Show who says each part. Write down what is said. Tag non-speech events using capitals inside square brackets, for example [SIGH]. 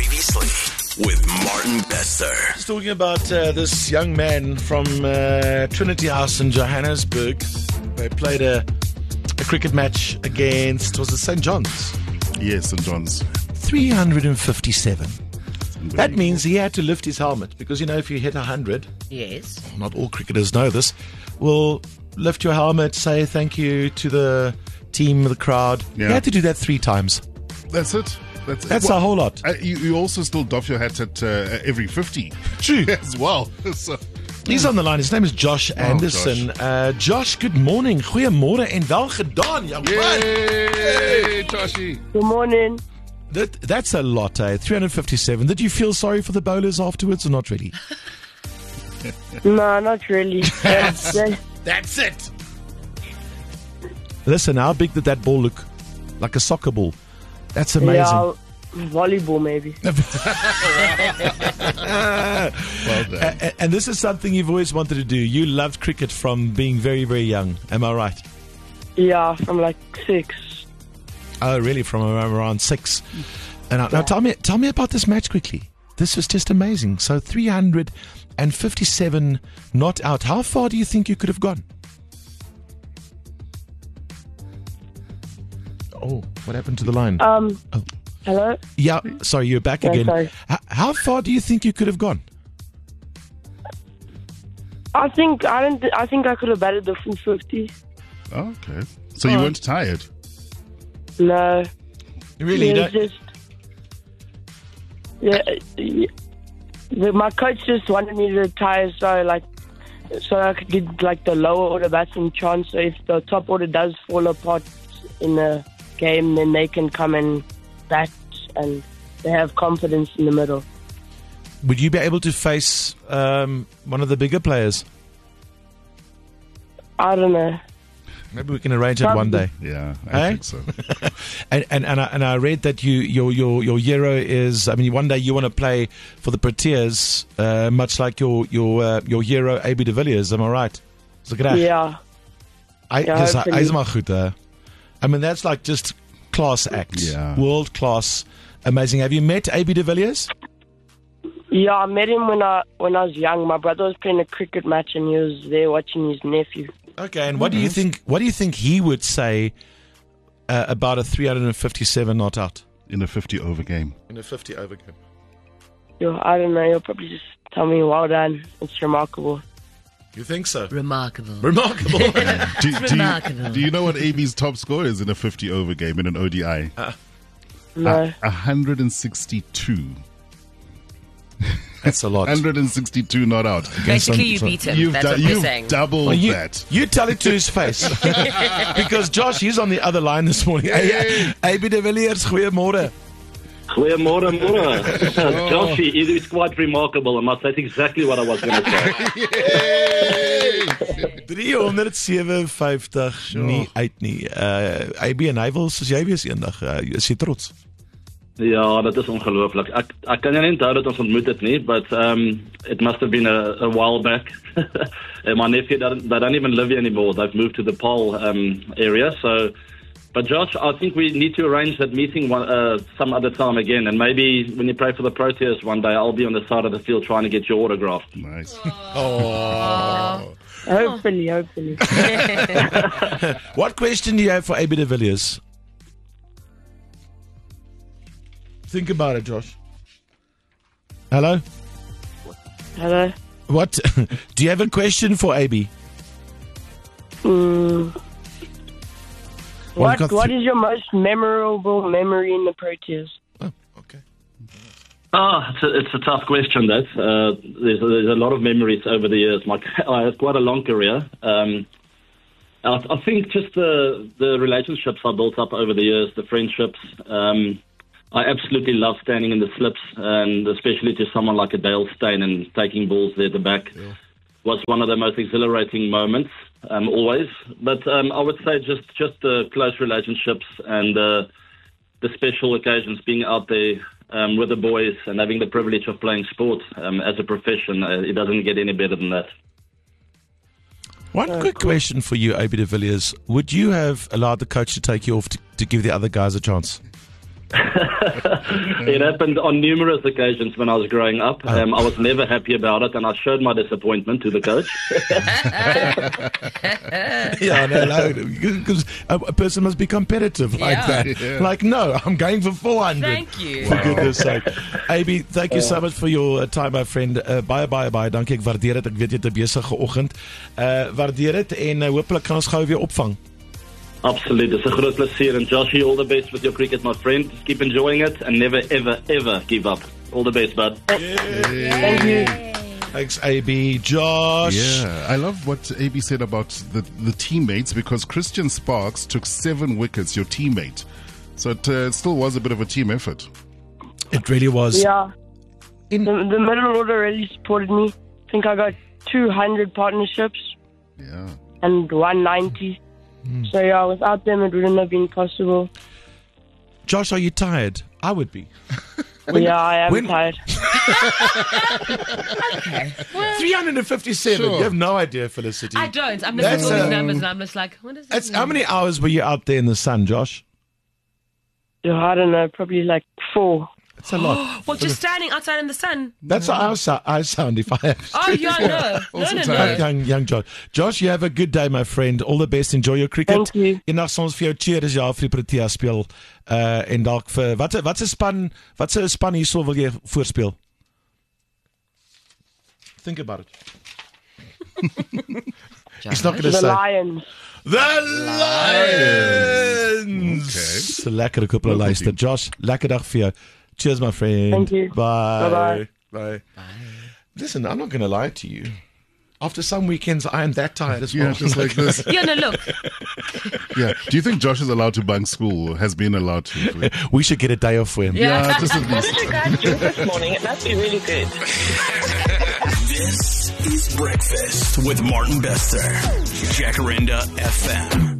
Speaker 1: Seriously with Martin Bester.
Speaker 2: Just talking about uh, this young man from uh, Trinity House in Johannesburg. They played a, a cricket match against, was it St. John's?
Speaker 3: Yes, St. John's.
Speaker 2: 357. That means he had to lift his helmet because, you know, if you hit 100,
Speaker 4: Yes.
Speaker 2: not all cricketers know this, will lift your helmet, say thank you to the team, the crowd.
Speaker 3: Yeah.
Speaker 2: He had to do that three times.
Speaker 3: That's it. That's, it.
Speaker 2: That's
Speaker 3: Well,
Speaker 2: a whole lot.
Speaker 3: uh, you, you also still doff your hat at uh, every 50 [LAUGHS]
Speaker 2: True.
Speaker 3: as well. So,
Speaker 2: He's on the line. His name is Josh
Speaker 3: Oh,
Speaker 2: Anderson. Uh, Josh, good morning. Goeiemôre en wel gedaan. Ja, man.
Speaker 3: yay, Joshy.
Speaker 5: Good morning.
Speaker 2: That, that's a lot, eh? 357. Did you feel sorry for the bowlers afterwards or not really?
Speaker 5: No, not really. That's, that's,
Speaker 3: [LAUGHS] That's it.
Speaker 2: Listen, how big did that ball look? Like a soccer ball. That's amazing.
Speaker 5: yeah, volleyball maybe.
Speaker 3: Well done.
Speaker 2: A- And this is something you've always wanted to do. You loved cricket from being very, very young. Am I right?
Speaker 5: Yeah, I'm like six.
Speaker 2: Oh, really? From around six. And now, now tell me, tell me about this match quickly. This was just amazing. So 357 not out. How far do you think you could have gone? Oh, what happened to the line?
Speaker 5: Um,
Speaker 2: Oh.
Speaker 5: hello.
Speaker 2: yeah, sorry, you're back
Speaker 5: Yeah,
Speaker 2: again.
Speaker 5: sorry.
Speaker 2: H- how far do you think you could have gone?
Speaker 5: I think I don't. thi- I think I could have batted the full fifty.
Speaker 3: okay. So you weren't tired?
Speaker 5: No,
Speaker 2: Really?
Speaker 5: it was just yeah. yeah. The, my coach just wanted me to retire, so like, so I could get like the lower order batsman chance. So if the top order does fall apart in the game, then they can come and bat, and they have confidence in the middle.
Speaker 2: Would you be able to face um, one of the bigger players?
Speaker 5: I don't know.
Speaker 2: Maybe we can arrange it one day.
Speaker 3: Yeah, I
Speaker 2: Eh?
Speaker 3: think so.
Speaker 2: [LAUGHS] And and and I, and I read that you your your your hero is. I mean, one day you want to play for the Proteas, uh, much like your your uh, your hero AB de Villiers. Am I right? Is it correct?
Speaker 5: Yeah,
Speaker 2: I,
Speaker 5: Yeah,
Speaker 2: dis- hy
Speaker 5: hopefully.
Speaker 2: is maar goed, eh? I mean, that's like just class act.
Speaker 3: Yeah.
Speaker 2: World class, amazing. Have you met AB de Villiers?
Speaker 5: yeah. I met him when I when I was young. My brother was playing a cricket match, and he was there watching his nephew.
Speaker 2: Okay. And what do you think? What do you think he would say uh, about a 357 not out
Speaker 3: In a 50 over
Speaker 4: [LAUGHS]
Speaker 3: game.
Speaker 2: in a 50 over game?
Speaker 5: Yo, I don't know. You'll probably just tell me, well done. It's remarkable.
Speaker 2: You think so?
Speaker 4: Remarkable.
Speaker 2: Remarkable.
Speaker 3: Do, do, you,
Speaker 4: remarkable.
Speaker 3: do you know what AB's top score is in a 50 over game in an ODI?
Speaker 4: Uh-uh.
Speaker 5: No.
Speaker 3: 162.
Speaker 2: [LAUGHS] that's a lot.
Speaker 3: 162 not out.
Speaker 4: Basically, you beat him.
Speaker 3: You've,
Speaker 4: That's
Speaker 3: done-
Speaker 4: what you're
Speaker 3: you've
Speaker 4: saying.
Speaker 3: doubled
Speaker 2: Well, you,
Speaker 3: that.
Speaker 2: you tell it to his face. [LAUGHS] because Josh, he's on the other line this morning. Hey, AB de Villiers, goeiemôre.
Speaker 6: Goeiemôre môre. Joshi, it is quite remarkable. I must say that's exactly what I was going to say.
Speaker 2: [LAUGHS] 357 nie Nee, uit nie. Uh AB en hy wil soos jy wees eendag. Uh, is jy trots?
Speaker 6: Ja, dit is ongelooflik. Ek ek kan jou nie onthou dat ons ontmoet het nie, but um it must have been a, a while back. [LAUGHS] Eh, and my nephew doesn't they don't even live here anymore. They've moved to the Paul um area, so but Josh, I think we need to arrange that meeting one, uh, some other time again, and maybe when you play for the Proteas one day, I'll be on the side of the field trying to get your autograph.
Speaker 4: [LAUGHS]
Speaker 3: Nice.
Speaker 2: Ah.
Speaker 5: Hopefully, hopefully.
Speaker 2: What question do you have for AB de Villiers? Think about it, Josh. Hello?
Speaker 5: Hello?
Speaker 2: What [LAUGHS] do you have a question for AB? Well, we've
Speaker 5: What,
Speaker 2: got
Speaker 5: what
Speaker 2: three-
Speaker 5: is your most memorable memory in the Proteas?
Speaker 2: Oh, okay.
Speaker 6: Ah, it's a, it's a tough question. That uh, there's, a, there's a lot of memories over the years. My, [LAUGHS] I had quite a long career. Um, I, I think just the the relationships I built up over the years, the friendships. Um, I absolutely love standing in the slips, and especially to someone like a Dale Steyn and taking balls there at the back was one of the most exhilarating moments, um, always. But um, I would say just just the close relationships and. Uh, the special occasions, being out there um, with the boys and having the privilege of playing sport um, as a profession, uh, it doesn't get any better than that.
Speaker 2: One quick question for you, AB de Villiers. Would you have allowed the coach to take you off to, to give the other guys a chance?
Speaker 6: It happened on numerous occasions when I was growing up. Um, I was never happy about it, and I showed my disappointment to the coach.
Speaker 2: [LAUGHS] yeah, no, because a, a person must be competitive like
Speaker 4: Yeah.
Speaker 2: that.
Speaker 3: Yeah.
Speaker 2: Like, no, I'm going for 400.
Speaker 4: Thank you.
Speaker 2: For goodness
Speaker 4: [LAUGHS]
Speaker 2: sake. AB, thank you so much for your uh, time my friend. Uh, baie baie baie dankie. Ek waardeer dit. Ek weet jy het 'n besige oggend. Uh waardeer dit en uh, hopelik kan ons gou weer opvang.
Speaker 6: Absolutely, it's a groot pleasure. And Joshy, all the best with your cricket, my friend. Just keep enjoying it and never, ever, ever give up. All the best, bud.
Speaker 5: Thank you.
Speaker 2: Thanks AB, Josh.
Speaker 3: Yeah, I love what AB said about the, the teammates because Christian Sparks took seven wickets, your teammate. So it uh, still was a bit of a team effort.
Speaker 2: It really was.
Speaker 5: Yeah. the, the middle order really supported me. I think I got 200 partnerships
Speaker 3: Yeah.
Speaker 5: and 190.
Speaker 2: Hmm.
Speaker 5: So yeah, without them it wouldn't have been possible.
Speaker 2: Josh, are you tired? I would
Speaker 4: [LAUGHS]
Speaker 2: be.
Speaker 5: yeah, I am
Speaker 2: when-
Speaker 5: tired.
Speaker 2: 357.
Speaker 3: Sure.
Speaker 2: You have no idea, Felicity.
Speaker 4: I don't. I'm looking at
Speaker 2: That's,
Speaker 4: all these
Speaker 2: um,
Speaker 4: numbers and I'm just like, what is
Speaker 2: That's
Speaker 4: this?
Speaker 2: how many hours were you out there in the sun, Josh?
Speaker 5: Yeah, I don't know, uh, probably like four.
Speaker 2: That's a lot.
Speaker 4: Well, just standing outside in the sun.
Speaker 2: [GASPS] That's how I, sou- I sound if I have.
Speaker 4: Oh, yeah, no. No,
Speaker 3: Also
Speaker 4: no,
Speaker 2: Uh,
Speaker 4: no.
Speaker 3: tired.
Speaker 2: young, young Josh. Josh, you have a good day, my friend. All the best. Enjoy your cricket.
Speaker 5: Thank you.
Speaker 2: En dan ons vir jou cheer as jy al vir die Protea speel. Uh en dalk vir wat wat 'n span, wat 'n span hierso wil jy voorspeel? Think about it. He's not going to
Speaker 5: The
Speaker 2: say.
Speaker 5: Lions.
Speaker 2: The Lions.
Speaker 3: Okay.
Speaker 2: Dis 'n lekker koppel
Speaker 3: Local
Speaker 2: luister.
Speaker 3: team.
Speaker 2: Josh, lekker dag vir jou. Cheers my friend.
Speaker 5: Thank you.
Speaker 2: Bye.
Speaker 5: Bye-bye.
Speaker 2: Bye. Listen, I'm not going to lie to you. After some weekends, I am that tired as
Speaker 3: Yeah,
Speaker 2: well.
Speaker 3: just
Speaker 2: [LAUGHS]
Speaker 3: like this.
Speaker 4: Yeah, no, look.
Speaker 3: Yeah. Do you think Josh is allowed to bang school? Has been allowed to?
Speaker 2: we should get a day off for him.
Speaker 4: Yeah.
Speaker 3: [LAUGHS] Uh, just at
Speaker 7: What
Speaker 3: least.
Speaker 7: did you guys drink this morning? It must be really good.
Speaker 1: This is Breakfast with Martin Bester. Jacaranda FM.